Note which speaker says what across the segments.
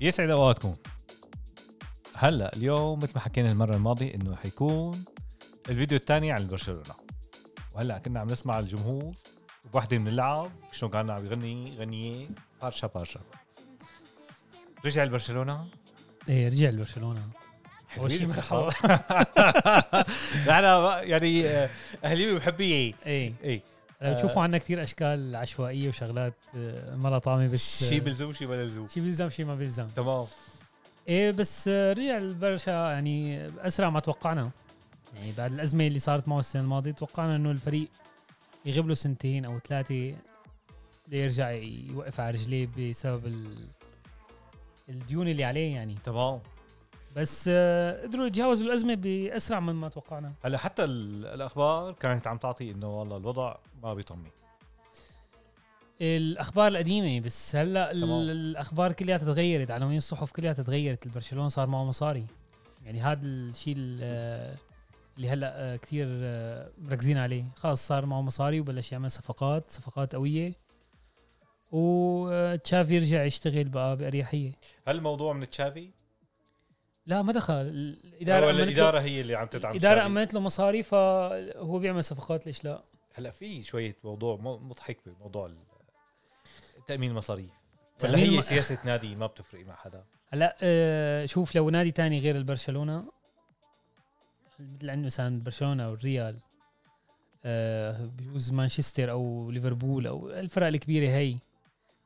Speaker 1: يسعد اوقاتكم هلا اليوم مثل ما حكينا المره الماضيه انه حيكون الفيديو الثاني عن برشلونه وهلا كنا عم نسمع الجمهور وبوحده من اللعب شلون كان عم يغني غنيه بارشا بارشا رجع لبرشلونه
Speaker 2: ايه رجع لبرشلونه أول شي مرحبا.
Speaker 1: انا يعني آه، إيه، اهلي بحبيه
Speaker 2: ايه
Speaker 1: اي
Speaker 2: هلا بتشوفوا عنا كثير اشكال عشوائيه وشغلات آه، مره طعمه بس آه،
Speaker 1: شيء بلزم شيء ما لزم
Speaker 2: شي بيلزم شي ما بيلزم
Speaker 1: تمام
Speaker 2: ايه بس آه، رجع البرشا يعني اسرع ما توقعنا يعني بعد الازمه اللي صارت معه السنه الماضيه توقعنا انه الفريق يغيب له سنتين او ثلاثه ليرجع يوقف على رجليه بسبب ال... الديون اللي عليه يعني
Speaker 1: تمام
Speaker 2: بس آه، قدروا يتجاوزوا الازمه باسرع من ما توقعنا
Speaker 1: هلا حتى ال- الاخبار كانت عم تعطي انه والله الوضع ما بيطمن
Speaker 2: الاخبار القديمه بس هلا ال-
Speaker 1: تمام.
Speaker 2: الاخبار كلها تتغيرت عناوين الصحف كلها تتغيرت البرشلونه صار معه مصاري يعني هذا الشيء ال- آه، اللي هلا آه، كثير آه، مركزين عليه خلص صار معه مصاري وبلش يعمل صفقات صفقات قويه وتشافي رجع يشتغل بقى باريحيه
Speaker 1: هل الموضوع من تشافي؟
Speaker 2: لا ما دخل
Speaker 1: الاداره
Speaker 2: الاداره امنت
Speaker 1: الاداره هي اللي عم
Speaker 2: له
Speaker 1: تدعم
Speaker 2: الاداره
Speaker 1: تشافي.
Speaker 2: امنت له مصاري فهو بيعمل صفقات ليش لا
Speaker 1: هلا في شويه موضوع مو- مضحك بموضوع ال- التامين المصاري ولا
Speaker 2: تأمين
Speaker 1: هي
Speaker 2: م-
Speaker 1: سياسه نادي ما بتفرق مع حدا
Speaker 2: هلا آه، شوف لو نادي تاني غير البرشلونه مثل عندنا مثلا برشلونه او الريال آه، بجوز مانشستر او ليفربول او الفرق الكبيره هي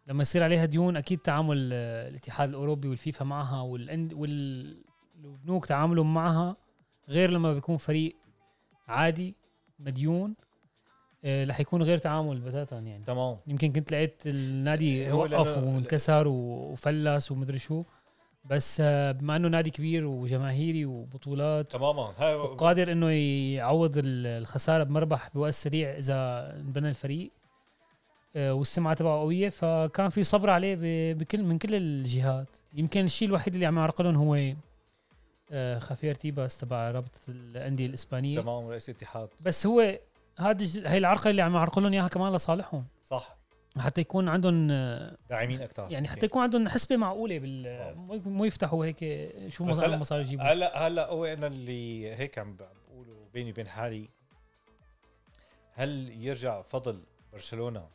Speaker 2: لما يصير عليها ديون اكيد تعامل آه، الاتحاد الاوروبي والفيفا معها والأند- وال والبنوك تعاملهم معها غير لما بيكون فريق عادي مديون آه، رح يكون غير تعامل بتاتا يعني
Speaker 1: تمام
Speaker 2: يمكن كنت لقيت النادي
Speaker 1: إيه، هو
Speaker 2: وقف
Speaker 1: لأنه-
Speaker 2: وانكسر و- وفلس ومدري شو بس آه، بما انه نادي كبير وجماهيري وبطولات
Speaker 1: تماما هاي
Speaker 2: وقادر انه يعوض ال- الخساره بمربح بوقت سريع اذا انبنى الفريق آه، والسمعه تبعه قويه فكان في صبر عليه ب- بكل من كل الجهات يمكن الشيء الوحيد اللي عم يعرقلهم هو آه، خافير تيباس تبع رابطه الانديه الاسبانيه
Speaker 1: تمام رئيس الاتحاد
Speaker 2: بس هو هذا هي العرقله اللي عم يعرقلهم اياها كمان لصالحهم
Speaker 1: صح
Speaker 2: حتى يكون عندهم آه،
Speaker 1: داعمين اكثر
Speaker 2: يعني حتى يكون عندهم حسبه معقوله بال مو- مو يفتحوا هيك شو
Speaker 1: آه. بس هلا- آه.
Speaker 2: مصاري مصاري يجيبوا
Speaker 1: هلا هلا هو انا اللي هيك عم بقوله بيني وبين حالي هل يرجع فضل برشلونه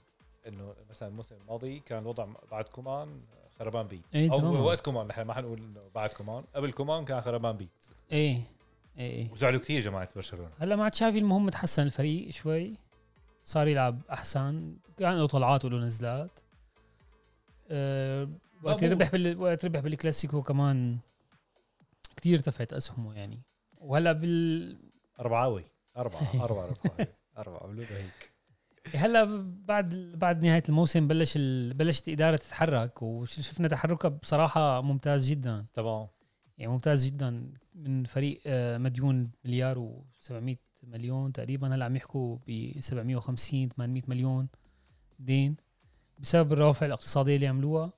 Speaker 1: انه مثلا الموسم الماضي كان الوضع بعد كومان خربان بي
Speaker 2: إيه، تماما.
Speaker 1: او وقت كومان نحن ما حنقول انه بعد كومان قبل كومان كان خربان بي
Speaker 2: ايه ايه إيه.
Speaker 1: وزعلوا كثير جماعه برشلونه
Speaker 2: هلا مع تشافي المهم تحسن الفريق شوي صار يلعب احسن كان له طلعات وله نزلات أه وقت
Speaker 1: مقبول.
Speaker 2: ربح بال... وقت ربح بالكلاسيكو كمان كثير ارتفعت اسهمه يعني وهلا بال
Speaker 1: اربعاوي اربعه اربعه اربعه اربعه عملوا له هيك
Speaker 2: هلا بعد بعد نهايه الموسم بلش ال... بلشت الاداره تتحرك وشفنا تحركها بصراحه ممتاز جدا
Speaker 1: تمام
Speaker 2: يعني ممتاز جدا من فريق آه، مديون مليار و700 مليون تقريبا هلا عم يحكوا ب 750 800 مليون دين بسبب الروافع الاقتصاديه اللي عملوها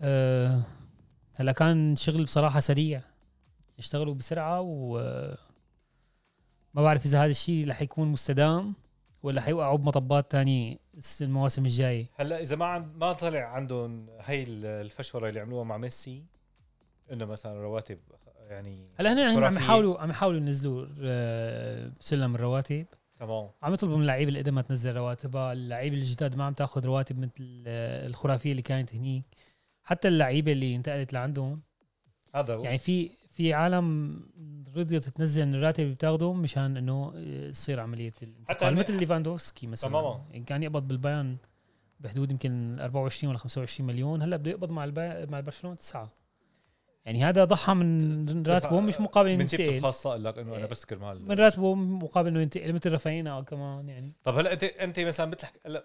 Speaker 2: آه، هلا كان شغل بصراحه سريع اشتغلوا بسرعه و آه، ما بعرف اذا هذا الشيء رح يكون مستدام ولا حيوقعوا بمطبات تانية الس- المواسم الجايه
Speaker 1: هلا اذا ما عن- ما طلع عندهم هي ال- الفشوره اللي عملوها مع ميسي انه مثلا رواتب يعني
Speaker 2: هلا هن هن عم
Speaker 1: خرافية.
Speaker 2: يحاولوا عم يحاولوا ينزلوا آه، سلم الرواتب
Speaker 1: تمام
Speaker 2: عم يطلبوا من اللعيبه اللي ما تنزل رواتبها، اللعيبه الجداد ما عم تاخذ رواتب مثل آه، الخرافيه اللي كانت هنيك، حتى اللعيبه اللي انتقلت لعندهم،
Speaker 1: هذا هو.
Speaker 2: يعني في في عالم رضيت تنزل من الراتب اللي بتاخذهم مشان انه آه، تصير عمليه
Speaker 1: حتى
Speaker 2: الانتقال مثل ليفاندوفسكي مثلا
Speaker 1: تماما.
Speaker 2: يعني كان يقبض بالبيان بحدود يمكن 24 ولا 25 مليون، هلا بده يقبض مع البي... مع برشلونه تسعه. يعني هذا ضحى من راتبه مش مقابل
Speaker 1: من
Speaker 2: انه
Speaker 1: جيبته
Speaker 2: ينتقل
Speaker 1: الخاصه قال لك انه انا بس كرمال
Speaker 2: من راتبه مقابل انه ينتقل مثل رافعينا كمان يعني
Speaker 1: طب هلا انت انت مثلا بتحكي هلا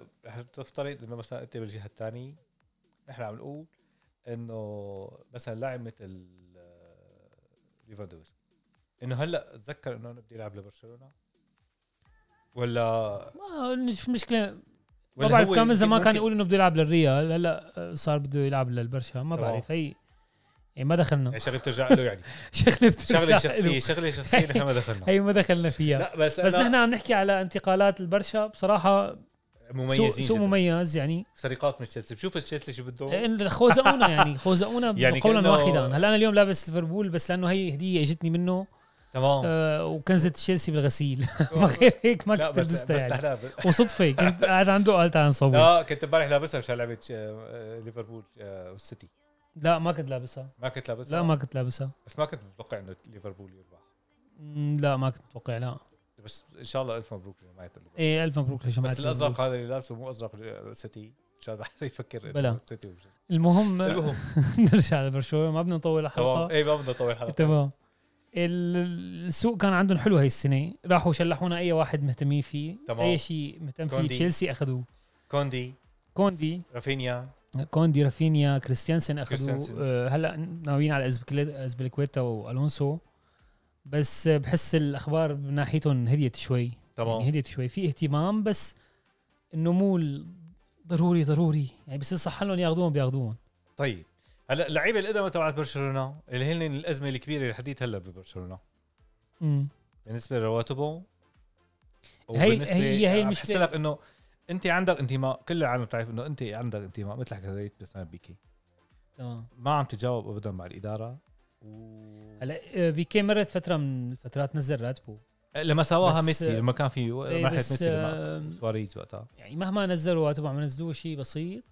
Speaker 1: تفترض انه مثلا انت بالجهه الثانيه نحن عم نقول انه مثلا لاعب مثل آه، ليفاندوفسكي انه هلا تذكر انه انا بدي العب لبرشلونه ولا
Speaker 2: ما مش مشكله ما
Speaker 1: ولا
Speaker 2: بعرف
Speaker 1: هو
Speaker 2: كان من زمان
Speaker 1: ممكن-
Speaker 2: كان يقول انه بده يلعب للريال هلا صار بده يلعب للبرشا ما
Speaker 1: تمام.
Speaker 2: بعرف اي يعني ما دخلنا
Speaker 1: يعني شغله بترجع له يعني
Speaker 2: شغله بترجع
Speaker 1: شغله
Speaker 2: إله.
Speaker 1: شخصيه شغله شخصيه نحن ما دخلنا
Speaker 2: هي ما دخلنا فيها
Speaker 1: لا بس
Speaker 2: بس
Speaker 1: أنا-
Speaker 2: نحن عم نحكي على انتقالات البرشا بصراحه سوق
Speaker 1: مميزين
Speaker 2: سوق
Speaker 1: جدا
Speaker 2: مميز إيه. يعني
Speaker 1: سرقات من تشيلسي بشوف تشيلسي شو بده
Speaker 2: إن خوزقونا يعني خوزقونا
Speaker 1: يعني
Speaker 2: يعني قولا
Speaker 1: كأنه-
Speaker 2: واحدا هلا انا اليوم لابس ليفربول بس لانه هي هديه اجتني منه
Speaker 1: تمام
Speaker 2: آه وكنزه تشيلسي بالغسيل ما غير هيك ما
Speaker 1: لا
Speaker 2: كنت
Speaker 1: بس بس آه.
Speaker 2: لبستها يعني
Speaker 1: تحلى بس-
Speaker 2: وصدفه كنت قاعد عنده قالت عن صبي
Speaker 1: لا كنت امبارح لابسها مشان لعبه آه، ليفربول آه، والسيتي
Speaker 2: لا ما كنت لابسها
Speaker 1: ما كنت لابسها
Speaker 2: لا ما كنت لابسها
Speaker 1: بس ما كنت متوقع انه ليفربول يربح
Speaker 2: مم، لا ما كنت متوقع لا
Speaker 1: بس ان شاء الله الف مبروك لجماعه ليفربول
Speaker 2: ايه الف مبروك لجماعه
Speaker 1: بس الازرق
Speaker 2: ليفربول.
Speaker 1: هذا اللي لابسه مو ازرق آه، سيتي مشان حدا يفكر
Speaker 2: بلا.
Speaker 1: انه سيتي ومش-
Speaker 2: المهم
Speaker 1: المهم
Speaker 2: نرجع لبرشلونه ما بدنا نطول
Speaker 1: تمام
Speaker 2: الحلقه
Speaker 1: اي إيه، ما بدنا نطول الحلقه
Speaker 2: تمام ال- السوق كان عندهم حلو هاي السنه راحوا شلحونا اي واحد مهتمين فيه
Speaker 1: تمام.
Speaker 2: اي شيء مهتم فيه
Speaker 1: كوندي.
Speaker 2: تشيلسي اخذوه
Speaker 1: كوندي
Speaker 2: كوندي
Speaker 1: رافينيا
Speaker 2: كوندي رافينيا كريستيانسن اخذوه
Speaker 1: كريستيانسن.
Speaker 2: آه، هلا ناويين على أزبكلي- ازبليكويتا والونسو بس آه، بحس الاخبار من ناحيتهم هديت شوي يعني
Speaker 1: تمام
Speaker 2: هديت شوي في اهتمام بس انه مو ال- ضروري ضروري يعني بصير صح لهم ياخذوهم بياخذوهم
Speaker 1: طيب هلا اللعيبه القدامى تبعت برشلونه اللي هن الازمه الكبيره لحديت هلا ببرشلونه
Speaker 2: مم.
Speaker 1: بالنسبه لرواتبه
Speaker 2: هي- هي-
Speaker 1: يعني
Speaker 2: هي المشكلة.
Speaker 1: بحس لك انه انت عندك انتماء كل العالم بتعرف انه انت عندك انتماء مثل حكيت بسام بيكي
Speaker 2: تمام
Speaker 1: ما عم تجاوب ابدا مع الاداره
Speaker 2: هلا آه، بيكي مرت فتره من الفترات نزل راتبه
Speaker 1: لما سواها
Speaker 2: بس-
Speaker 1: ميسي لما كان في
Speaker 2: إيه،
Speaker 1: مرحله
Speaker 2: بس
Speaker 1: ميسي لما
Speaker 2: آه،
Speaker 1: سواريز وقتها
Speaker 2: يعني مهما نزلوا راتب عم ينزلوا شيء بسيط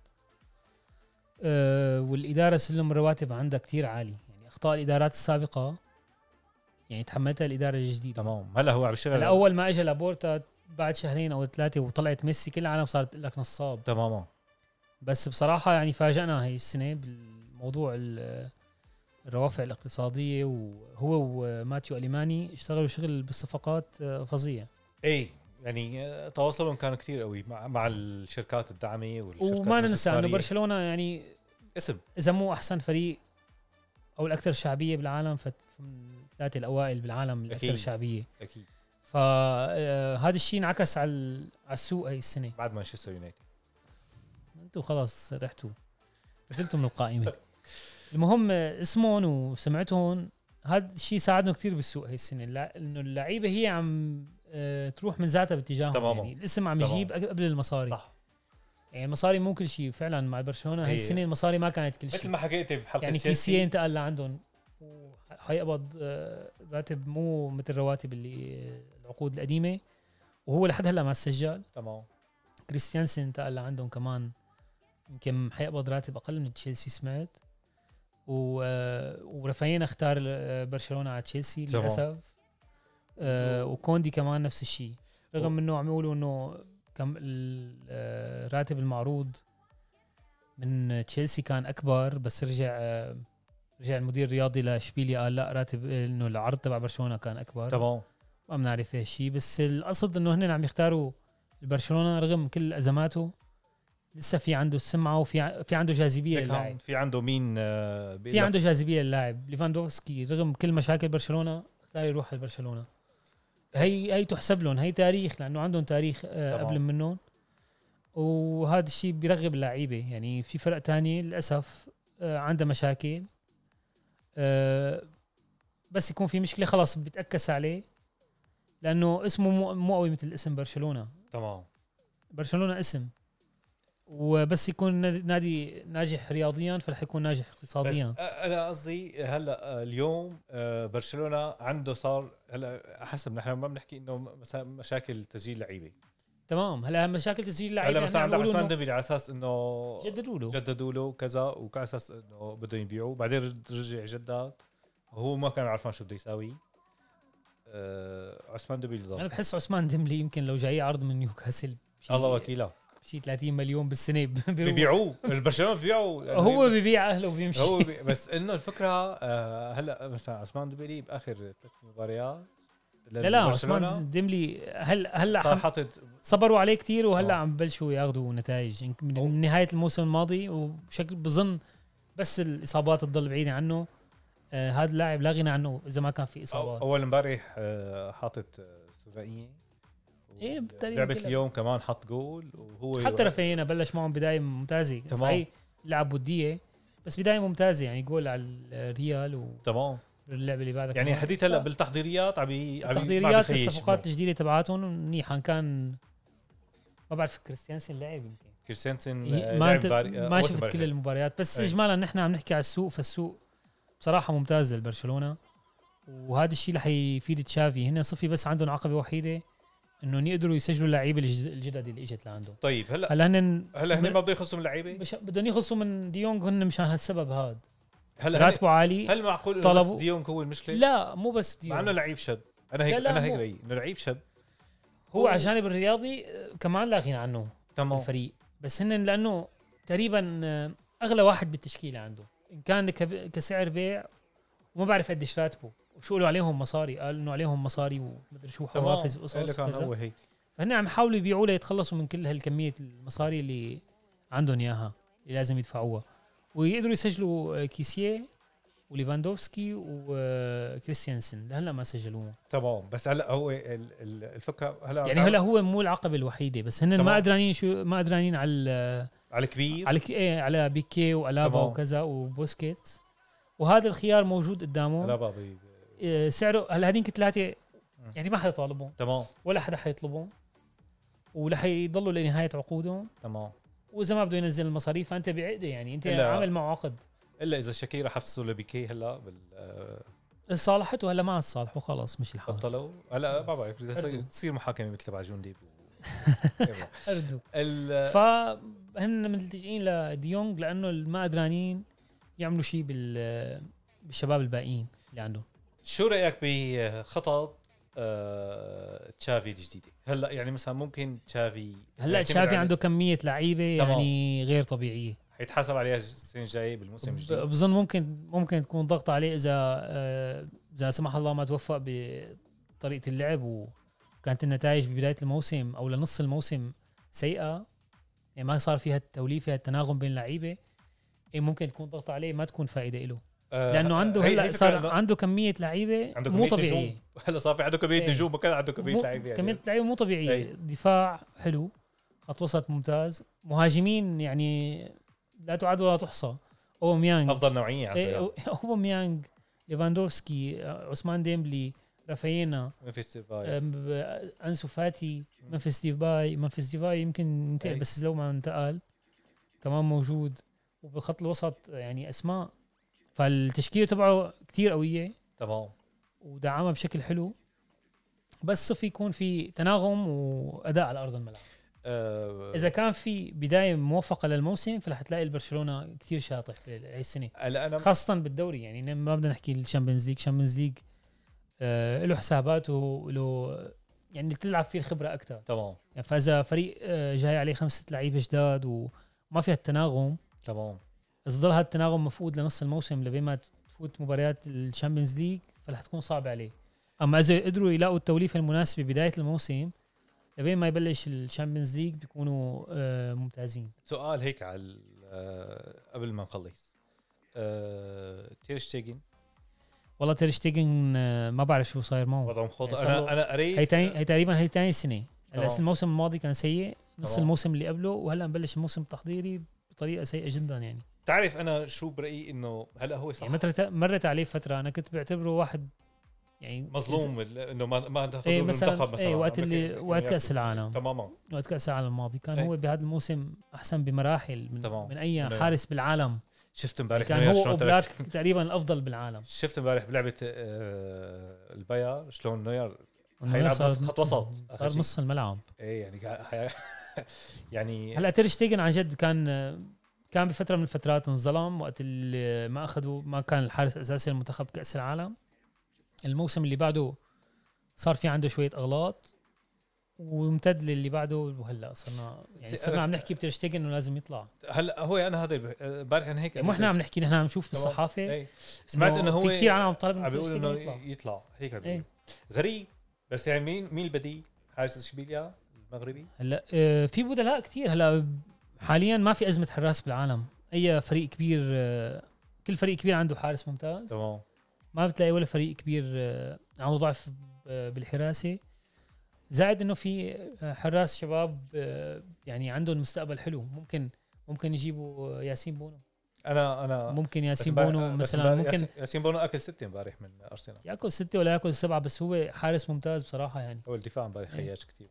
Speaker 2: آه والاداره سلم الرواتب عندها كتير عالي يعني اخطاء الادارات السابقه يعني تحملتها الاداره الجديده
Speaker 1: تمام هلا هو عم
Speaker 2: هلا
Speaker 1: يشتغل
Speaker 2: اول ما اجى لابورتا بعد شهرين او ثلاثه وطلعت ميسي كل العالم صارت لك نصاب
Speaker 1: تماما
Speaker 2: بس بصراحه يعني فاجئنا هي السنه بالموضوع ال- الروافع الاقتصاديه وهو وماتيو الماني اشتغلوا شغل بالصفقات آه، فظيع
Speaker 1: اي يعني آه، تواصلهم كان كتير قوي مع, مع الشركات الداعمه والشركات
Speaker 2: وما ننسى انه
Speaker 1: الاستثمارية.
Speaker 2: برشلونه يعني
Speaker 1: اسم
Speaker 2: اذا مو احسن فريق او الاكثر شعبيه بالعالم فالثلاثه الاوائل بالعالم الاكثر
Speaker 1: أكيد.
Speaker 2: شعبيه
Speaker 1: اكيد
Speaker 2: فهذا آه، الشيء انعكس على ال- على السوق هاي السنه
Speaker 1: بعد مانشستر يونايتد
Speaker 2: انتم خلص رحتوا نزلتوا من القائمه المهم آه، اسمهم وسمعتهم هذا الشيء ساعدنا كثير بالسوق هاي السنه لا- انه اللعيبه هي عم آه، تروح من ذاتها باتجاههم
Speaker 1: تماماً.
Speaker 2: يعني الاسم عم
Speaker 1: تماماً.
Speaker 2: يجيب أك- قبل المصاري
Speaker 1: صح
Speaker 2: يعني المصاري مو كل شيء فعلا مع برشلونه هاي
Speaker 1: هي.
Speaker 2: السنه المصاري ما كانت كل شيء
Speaker 1: مثل ما حكيت بحلقه
Speaker 2: يعني
Speaker 1: تشيلسي.
Speaker 2: كيسيه انتقل لعندهم وحيقبض آه، راتب مو مثل الرواتب اللي آه، العقود القديمه وهو لحد هلا ما سجل
Speaker 1: تمام
Speaker 2: كريستيانسن انتقل لعندهم كمان يمكن حيقبض راتب اقل من تشيلسي سمعت و آه، ورافاينا اختار آه، برشلونه على تشيلسي
Speaker 1: تمام.
Speaker 2: للاسف آه، وكوندي كمان نفس الشيء رغم
Speaker 1: و-
Speaker 2: انه عم يقولوا انه كم ال- آه، الراتب المعروض من تشيلسي كان اكبر بس رجع آه، رجع المدير الرياضي لاشبيليا قال لا راتب انه العرض تبع برشلونه كان اكبر
Speaker 1: تمام
Speaker 2: ما بنعرف ايش شيء بس القصد انه هن عم يختاروا برشلونه رغم كل ازماته لسه في عنده السمعه وفي ع- في عنده جاذبيه
Speaker 1: بيكهام
Speaker 2: للاعب
Speaker 1: في عنده مين آه، بيقول
Speaker 2: في
Speaker 1: لك
Speaker 2: عنده جاذبيه للاعب ليفاندوفسكي رغم كل مشاكل برشلونه اختار يروح على برشلونه هي هي تحسب لهم هي تاريخ لانه عندهم تاريخ آه،
Speaker 1: طبعاً.
Speaker 2: قبل منهم وهذا الشيء بيرغب اللعيبه يعني في فرق تانية للاسف آه، عندها مشاكل آه، بس يكون في مشكله خلاص بتاكس عليه لانه اسمه مو- مو قوي مثل اسم برشلونه
Speaker 1: تمام
Speaker 2: برشلونه اسم وبس يكون نادي- نادي ناجح رياضيا فرح يكون ناجح
Speaker 1: بس
Speaker 2: اقتصاديا
Speaker 1: آه، انا قصدي هلا آه، اليوم آه، برشلونه عنده صار هلا حسب نحن ما بنحكي انه مثلا مشاكل تسجيل لعيبه
Speaker 2: تمام هلا مشاكل تسجيل لعيبه
Speaker 1: هلا مثلا
Speaker 2: هلا
Speaker 1: عندك
Speaker 2: عم يقولوا
Speaker 1: عثمان
Speaker 2: نعم، إنه
Speaker 1: ديمبلي على اساس انه
Speaker 2: جددوا له
Speaker 1: جددوا له كذا وعلى اساس انه بده يبيعوه بعدين رجع جدد وهو ما كان عارفان شو بده يساوي آه، عثمان ديمبلي
Speaker 2: انا
Speaker 1: ضل
Speaker 2: بحس عثمان ديمبلي يمكن لو جاي عرض من نيوكاسل شي-
Speaker 1: الله وكيله
Speaker 2: شي 30 مليون بالسنه ب- بيروح.
Speaker 1: ببيعوه برشلونه ببيعوه
Speaker 2: هو ببيع اهله وبيمشي
Speaker 1: هو بي... بس انه الفكره آه هلا مثلا عثمان ديبيلي باخر ثلاث مباريات
Speaker 2: لا لا
Speaker 1: لبرشلونة
Speaker 2: عثمان ديملي هلا هلا
Speaker 1: صار
Speaker 2: حم-
Speaker 1: حاطط
Speaker 2: صبروا عليه كتير وهلا
Speaker 1: آه.
Speaker 2: عم بلشوا ياخذوا نتائج يمكن
Speaker 1: أو-
Speaker 2: من من نهايه الموسم الماضي وبشكل بظن بس الاصابات تضل بعيده عنه آه هذا اللاعب لا غنى عنه اذا ما كان في
Speaker 1: أو-
Speaker 2: اصابات
Speaker 1: اول امبارح آه حاطط آه، ثنائيه
Speaker 2: إيه، بالتالي
Speaker 1: لعبه
Speaker 2: بيلعب.
Speaker 1: اليوم كمان حط جول وهو
Speaker 2: حتى رافينا بلش معهم بدايه ممتازه
Speaker 1: تمام.
Speaker 2: صحيح لعب وديه بس بدايه ممتازه يعني جول على الريال
Speaker 1: تمام
Speaker 2: واللعبه اللي بعدها
Speaker 1: يعني
Speaker 2: كمان.
Speaker 1: حديث هلا
Speaker 2: ف-
Speaker 1: بالتحضيريات عم بي- عم بي- ما
Speaker 2: التحضيريات
Speaker 1: بيخيش
Speaker 2: الصفقات
Speaker 1: إنه-
Speaker 2: الجديده تبعاتهم منيحه إن كان ما بعرف كريستيانسن لعب يمكن
Speaker 1: كريستنسن
Speaker 2: ي- إيه، ما ت...
Speaker 1: آه،
Speaker 2: ما شفت كل المباريات بس
Speaker 1: أي.
Speaker 2: اجمالا نحن عم نحكي على السوق فالسوق بصراحه ممتاز لبرشلونه وهذا الشيء رح يفيد تشافي هن صفي بس عندهم عقبه وحيده انهم يقدروا يسجلوا اللعيبه الجز- الجدد اللي اجت لعندهم
Speaker 1: طيب هلا
Speaker 2: هلا هن
Speaker 1: هلا هن ما بدهم يخلصوا من لعيبه
Speaker 2: مش... بدهم يخلصوا من ديونج هن مشان هالسبب هذا
Speaker 1: هلا هن-
Speaker 2: راتبه عالي
Speaker 1: هل معقول انه
Speaker 2: طلبوا-
Speaker 1: بس ديونج هو المشكله؟
Speaker 2: لا مو بس
Speaker 1: مع انه
Speaker 2: ديونج
Speaker 1: لعيب شاب انا هيك
Speaker 2: لا، لا،
Speaker 1: انا هيك
Speaker 2: مو.
Speaker 1: رايي انه لعيب شاب
Speaker 2: هو على الجانب الرياضي آه، كمان لا غنى عنه
Speaker 1: تمام
Speaker 2: الفريق بس هن لانه تقريبا آه، اغلى واحد بالتشكيله عنده ان كان كب- كسعر بيع وما بعرف قديش راتبه وشو قالوا عليهم مصاري قال انه عليهم مصاري ومدري شو
Speaker 1: تمام.
Speaker 2: حوافز
Speaker 1: إيه،
Speaker 2: وقصص
Speaker 1: كان
Speaker 2: وكذا
Speaker 1: هو هيك
Speaker 2: فهن عم يحاولوا يبيعوا ليتخلصوا من كل هالكميه المصاري اللي عندهم اياها اللي لازم يدفعوها ويقدروا يسجلوا آه، كيسيه وليفاندوفسكي وكريستيانسن لهلا ما سجلوهم
Speaker 1: تمام بس هلا هو ال- ال- الفكره هلا
Speaker 2: يعني هلا هو مو العقبه الوحيده بس هن
Speaker 1: تمام.
Speaker 2: ما قدرانين شو ما قدرانين على ال-
Speaker 1: على كبير
Speaker 2: على ك- إيه على بيكي والابا
Speaker 1: تمام.
Speaker 2: وكذا وبوسكيتس وهذا الخيار موجود
Speaker 1: لا
Speaker 2: قدامه
Speaker 1: بابي
Speaker 2: إيه، سعره هلا هذين ثلاثه
Speaker 1: مم.
Speaker 2: يعني ما حدا طالبهم
Speaker 1: تمام
Speaker 2: ولا حدا حيطلبهم ولا حيضلوا لنهايه عقودهم
Speaker 1: تمام
Speaker 2: واذا ما بده ينزل المصاريف فانت بعقده يعني انت
Speaker 1: لا.
Speaker 2: عامل معه عقد
Speaker 1: الا اذا شاكيرا حفصوا لبيكي هلا بال- آه،
Speaker 2: صالحته هلا ما عاد صالحه خلاص مش الحال
Speaker 1: بطلوا هلا ما بعرف بدها تصير-
Speaker 2: أردو.
Speaker 1: تصير محاكمه مثل تبع جون ديب و- يلا.
Speaker 2: اردو
Speaker 1: ال-
Speaker 2: فهن ملتجئين لديونج لانه ما قدرانين يعملوا شيء بال بالشباب الباقيين اللي عندهم
Speaker 1: شو رايك بخطط آه، تشافي الجديده هلا يعني مثلا ممكن تشافي
Speaker 2: هلا
Speaker 1: يعتمد
Speaker 2: تشافي
Speaker 1: على-
Speaker 2: عنده كميه لعيبه
Speaker 1: تمام.
Speaker 2: يعني غير طبيعيه
Speaker 1: حيتحاسب عليها السنه الجايه بالموسم الجاي
Speaker 2: ب- بظن ممكن ممكن تكون ضغط عليه اذا آه، اذا لا سمح الله ما توفق بطريقه اللعب وكانت النتائج ببدايه الموسم او لنص الموسم سيئه يعني ما صار فيها التوليفه التناغم بين اللعيبه إيه ممكن تكون ضغط عليه ما تكون فائده له
Speaker 1: آه،
Speaker 2: لانه عنده
Speaker 1: هي- هي
Speaker 2: هلا
Speaker 1: فكرة
Speaker 2: صار
Speaker 1: إنه
Speaker 2: عنده كميه لعيبه
Speaker 1: عنده
Speaker 2: مو
Speaker 1: كمية
Speaker 2: طبيعيه
Speaker 1: نجوم. هلا صار في عنده كميه
Speaker 2: إيه.
Speaker 1: نجوم وكان عنده كميه
Speaker 2: مو-
Speaker 1: لعيبه يعني
Speaker 2: كميه لعيبه مو طبيعيه
Speaker 1: أي.
Speaker 2: دفاع حلو خط وسط ممتاز مهاجمين يعني لا تعد ولا تحصى اوميانج
Speaker 1: افضل نوعيه عنده
Speaker 2: إيه،
Speaker 1: يعني.
Speaker 2: أو- اوباميانج ليفاندوفسكي آه، عثمان ديمبلي رافينا
Speaker 1: ممفيس
Speaker 2: آه،
Speaker 1: ديباي
Speaker 2: ب- آه، انسو فاتي منفس ديفاي منفس ديفاي يمكن ينتقل
Speaker 1: أي.
Speaker 2: بس لو ما انتقل كمان موجود وبخط الوسط آه، يعني اسماء فالتشكيله تبعه كتير قويه
Speaker 1: تمام
Speaker 2: ودعمها بشكل حلو بس صف يكون في تناغم واداء على ارض الملعب
Speaker 1: آه،
Speaker 2: اذا كان في بدايه موفقه للموسم فرح تلاقي البرشلونه كتير شاطح هاي السنه
Speaker 1: هلا انا
Speaker 2: خاصه بالدوري يعني ما بدنا نحكي الشامبيونز ليج الشامبيونز ليج آه له حساباته له يعني اللي تلعب فيه الخبره اكثر
Speaker 1: تمام
Speaker 2: يعني فاذا فريق آه جاي عليه خمسه لعيبه جداد وما فيها التناغم
Speaker 1: تمام
Speaker 2: اذا ضل هذا التناغم مفقود لنص الموسم لبين ما تفوت مباريات الشامبيونز ليج فرح تكون صعبه عليه اما اذا قدروا يلاقوا التوليفه المناسبه بدايه الموسم لبين ما يبلش الشامبيونز ليج بيكونوا آه ممتازين
Speaker 1: سؤال هيك على ال- آه، قبل ما نخلص آه، تير شتيجن
Speaker 2: والله تيرشتيجن آه ما بعرف شو صاير معه
Speaker 1: وضعهم خوض
Speaker 2: يعني صار له-
Speaker 1: انا انا
Speaker 2: هي
Speaker 1: قريت
Speaker 2: تاني هي تقريبا هي تاني سنه هلا
Speaker 1: تمام.
Speaker 2: الموسم الماضي كان سيء نص
Speaker 1: تمام.
Speaker 2: الموسم اللي قبله وهلا مبلش الموسم التحضيري بطريقه سيئه جدا يعني
Speaker 1: تعرف انا شو برايي انه هلا هو صح
Speaker 2: يعني مرت مرت عليه فتره انا كنت بعتبره واحد يعني
Speaker 1: مظلوم ال- انه ما ما دخل
Speaker 2: ايه مثلا,
Speaker 1: المنتخب
Speaker 2: مثلا ايه وقت اللي وقت كاس العالم
Speaker 1: تماما
Speaker 2: وقت كاس العالم الماضي كان
Speaker 1: إيه.
Speaker 2: هو بهذا الموسم احسن بمراحل من
Speaker 1: تمام.
Speaker 2: من اي
Speaker 1: إنه-
Speaker 2: حارس بالعالم
Speaker 1: شفت امبارح
Speaker 2: كان
Speaker 1: نوير
Speaker 2: هو
Speaker 1: شلون
Speaker 2: اوبلاك
Speaker 1: ترك-
Speaker 2: تقريبا الافضل بالعالم
Speaker 1: شفت امبارح بلعبه آه، الباير شلون نوير
Speaker 2: إنه
Speaker 1: حيلعب
Speaker 2: صار
Speaker 1: نص- خط وسط. آخر
Speaker 2: صار
Speaker 1: شيء.
Speaker 2: نص الملعب
Speaker 1: ايه يعني قاعد- حي- يعني
Speaker 2: هلا تيرشتيجن عن جد كان كان بفتره من الفترات انظلم وقت اللي ما اخذوا ما كان الحارس الاساسي للمنتخب كاس العالم الموسم اللي بعده صار في عنده شويه اغلاط وامتد للي بعده وهلا صرنا يعني
Speaker 1: سي-
Speaker 2: صرنا عم نحكي بتيرشتيجن انه لازم يطلع
Speaker 1: هلا هو انا هذا ب- امبارح انا هيك
Speaker 2: مو احنا عم نحكي نحن عم نشوف
Speaker 1: تمام.
Speaker 2: بالصحافه
Speaker 1: إيه. سمعت انه هو
Speaker 2: في كثير عالم عم طالب
Speaker 1: عم بيقول
Speaker 2: انه
Speaker 1: انه
Speaker 2: يطلع
Speaker 1: يطلع هيك عم
Speaker 2: إيه.
Speaker 1: بيقول. غريب بس يعني مين مين البديل حارس اشبيليا المغربي
Speaker 2: هلا آه، في بدلاء كتير هلا حاليا ما في ازمه حراس بالعالم اي فريق كبير آه، كل فريق كبير عنده حارس ممتاز
Speaker 1: تمام
Speaker 2: ما بتلاقي ولا فريق كبير آه، عنده ضعف آه، بالحراسه زائد انه في آه، حراس شباب آه، يعني عندهم مستقبل حلو ممكن ممكن يجيبوا آه، ياسين بونو
Speaker 1: انا انا
Speaker 2: ممكن
Speaker 1: آه. بس
Speaker 2: ياسين
Speaker 1: امبارح-
Speaker 2: بونو
Speaker 1: بس
Speaker 2: مثلا
Speaker 1: امبارح
Speaker 2: ممكن
Speaker 1: ياسين- ياسين بونو اكل ستة امبارح من ارسنال
Speaker 2: ياكل ستة ولا ياكل سبعة بس هو حارس ممتاز بصراحة يعني
Speaker 1: هو الدفاع امبارح
Speaker 2: إيه.
Speaker 1: خياش كثير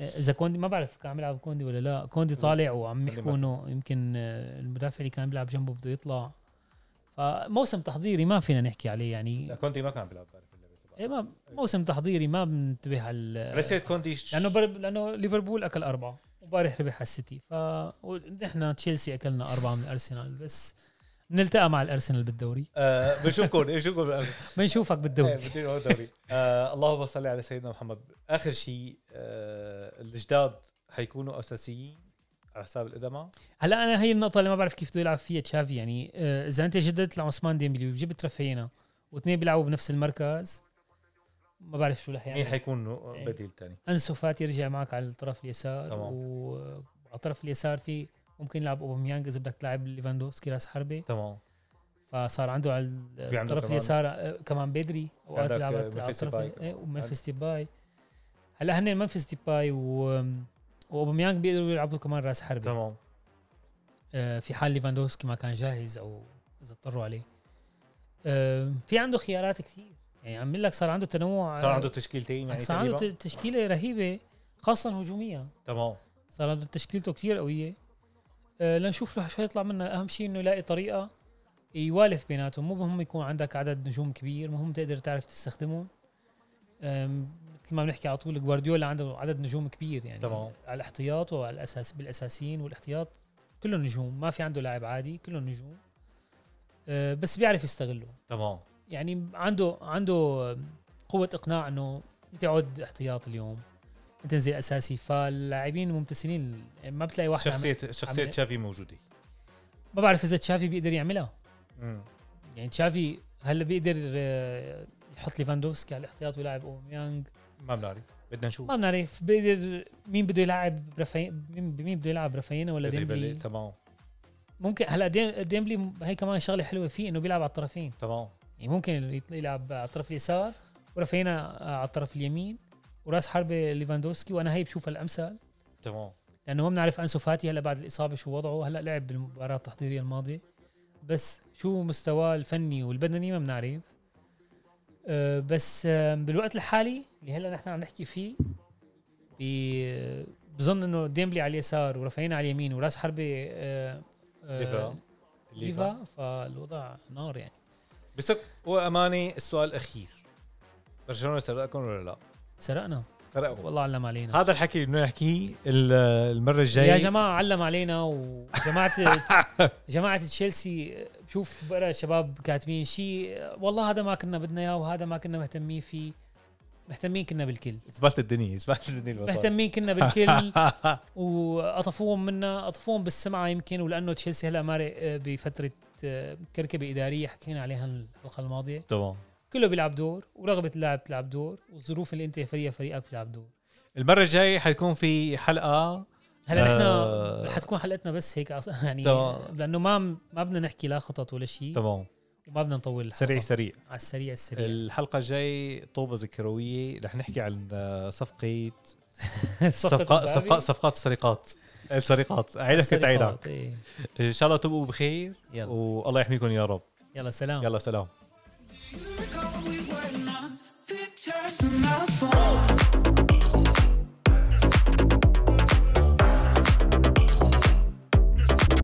Speaker 2: اذا كوندي ما بعرف كان عم يلعب كوندي ولا لا كوندي طالع وعم يحكوا انه يمكن آه، المدافع اللي كان بيلعب جنبه بده يطلع فموسم تحضيري ما فينا نحكي عليه
Speaker 1: لا
Speaker 2: يعني
Speaker 1: كونتي ما كان بيلعب بعرف اللعبه
Speaker 2: إيه
Speaker 1: تبعه
Speaker 2: ما موسم تحضيري ما بنتبه على
Speaker 1: على سيره كونتي ش-
Speaker 2: لانه بر... لانه ليفربول اكل اربعه وبارح ربح على السيتي ف ونحن تشيلسي اكلنا اربعه من الارسنال بس بنلتقى مع الارسنال بالدوري
Speaker 1: آه، بنشوفكم بنشوفكم بالأمس.
Speaker 2: بنشوفك
Speaker 1: إيه،
Speaker 2: بالدوري
Speaker 1: بدي أقول دوري آه، اللهم صل على سيدنا محمد اخر شيء آه، الجداد حيكونوا اساسيين على حساب القدماء
Speaker 2: هلا انا هي النقطه اللي ما بعرف كيف بده يلعب فيها تشافي يعني آه، اذا انت جددت لعثمان ديمبلي وجبت رفينا واثنين بيلعبوا بنفس المركز ما بعرف شو رح
Speaker 1: مين
Speaker 2: يعمل
Speaker 1: حيكون
Speaker 2: إيه.
Speaker 1: بديل تاني
Speaker 2: انسو فاتي يرجع معك على الطرف اليسار
Speaker 1: تمام.
Speaker 2: وعلى الطرف اليسار في ممكن يلعب اوباميانج اذا بدك تلعب ليفاندوفسكي راس حربه
Speaker 1: تمام
Speaker 2: فصار عنده على
Speaker 1: في عنده
Speaker 2: الطرف
Speaker 1: كمان-
Speaker 2: اليسار آه، كمان بدري اوقات
Speaker 1: عندك،
Speaker 2: بيلعب
Speaker 1: آه،
Speaker 2: على على
Speaker 1: ممفيس
Speaker 2: الطرف
Speaker 1: ديباي كمان.
Speaker 2: إيه، وممفيس ديباي هلا هن ممفيس ديباي و واوباميانج بيقدروا يلعبوا كمان راس حربه
Speaker 1: تمام
Speaker 2: آه، في حال ليفاندوفسكي ما كان جاهز او اذا اضطروا عليه آه، في عنده خيارات كثير يعني عم لك صار عنده تنوع
Speaker 1: صار عنده تشكيلتين
Speaker 2: يعني
Speaker 1: يعني
Speaker 2: صار عنده
Speaker 1: تقريبا
Speaker 2: ت- تشكيله رهيبه خاصه هجوميا
Speaker 1: تمام
Speaker 2: صار عنده تشكيلته كثير قويه آه، لنشوف رح شو يطلع منها اهم شيء انه يلاقي طريقه يوالف بيناتهم مو مهم يكون عندك عدد نجوم كبير مهم تقدر تعرف تستخدمهم آم، مثل ما بنحكي على طول جوارديولا عنده عدد نجوم كبير يعني
Speaker 1: تمام.
Speaker 2: على الاحتياط وعلى الاساس بالاساسيين والاحتياط كله نجوم ما في عنده لاعب عادي كله نجوم آه، بس بيعرف يستغله
Speaker 1: تمام
Speaker 2: يعني عنده عنده قوه اقناع انه انت عد احتياط اليوم انت انزل اساسي فاللاعبين ممتسنين ما بتلاقي واحد عم-
Speaker 1: شخصيه شخصيه
Speaker 2: عم-
Speaker 1: تشافي موجوده
Speaker 2: ما بعرف اذا تشافي بيقدر يعملها
Speaker 1: مم.
Speaker 2: يعني تشافي هلا بيقدر آه، يحط ليفاندوفسكي على الاحتياط ويلاعب اوميانج
Speaker 1: ما بنعرف بدنا نشوف
Speaker 2: ما بنعرف بيقدر مين بده يلعب رفاي مين مين بده يلعب رافينا ولا
Speaker 1: بده يبلش.
Speaker 2: ديمبلي
Speaker 1: تمام
Speaker 2: ممكن هلا ديم- ديمبلي هي كمان شغله حلوه فيه انه بيلعب على الطرفين
Speaker 1: تمام
Speaker 2: يعني ممكن يط- يلعب على الطرف اليسار ورافينا على الطرف اليمين وراس حربه ليفاندوفسكي وانا هي بشوفها الامثل
Speaker 1: تمام
Speaker 2: لانه ما بنعرف انسو فاتي هلا بعد الاصابه شو وضعه هلا لعب بالمباراه التحضيريه الماضيه بس شو مستواه الفني والبدني ما بنعرف أه، بس أه، بالوقت الحالي اللي هلا نحن عم نحكي فيه ب- بظن انه ديمبلي على اليسار ورافعين على اليمين وراس حربه أه، أه،
Speaker 1: ليفا. ليفا
Speaker 2: ليفا فالوضع نار يعني
Speaker 1: بصدق وامانه السؤال الاخير برشلونه سرقكم ولا لا؟
Speaker 2: سرقنا
Speaker 1: سرقوا
Speaker 2: والله علم علينا
Speaker 1: هذا الحكي اللي بدنا نحكيه ال- المره الجايه
Speaker 2: يا جماعه علم علينا وجماعه جماعه تشيلسي بشوف بقرا الشباب كاتبين شيء والله هذا ما كنا بدنا اياه وهذا ما كنا مهتمين فيه مهتمين كنا بالكل
Speaker 1: اثبات الدنيا اثبات الدنيا الوسط
Speaker 2: مهتمين كنا بالكل وقطفوهم منا قطفوهم بالسمعه يمكن ولانه تشيلسي هلا مارق بفتره كركبه اداريه حكينا عليها الحلقه الماضيه
Speaker 1: تمام
Speaker 2: كله بيلعب دور ورغبه اللاعب بتلعب دور والظروف اللي انت فريقها فريقك بتلعب دور
Speaker 1: المره الجايه حتكون في حلقه
Speaker 2: هلا نحن
Speaker 1: آه.
Speaker 2: حتكون حلقتنا بس هيك أص- يعني
Speaker 1: تمام.
Speaker 2: لانه ما ما بدنا نحكي لا خطط ولا شيء
Speaker 1: تمام
Speaker 2: وما بدنا نطول الحلقة.
Speaker 1: سريع سريع
Speaker 2: على السريع السريع
Speaker 1: الحلقه الجاي طوبه ذكرويه رح نحكي عن آه، صفقه
Speaker 2: البابي.
Speaker 1: صفقات صفقات صفقات السرقات السرقات عينك
Speaker 2: السرقات،
Speaker 1: تعينك
Speaker 2: إيه.
Speaker 1: ان شاء الله تبقوا بخير
Speaker 2: يلا
Speaker 1: والله يحميكم يا رب
Speaker 2: يلا سلام
Speaker 1: يلا سلام
Speaker 3: Here we go, we were not pictures in my phone.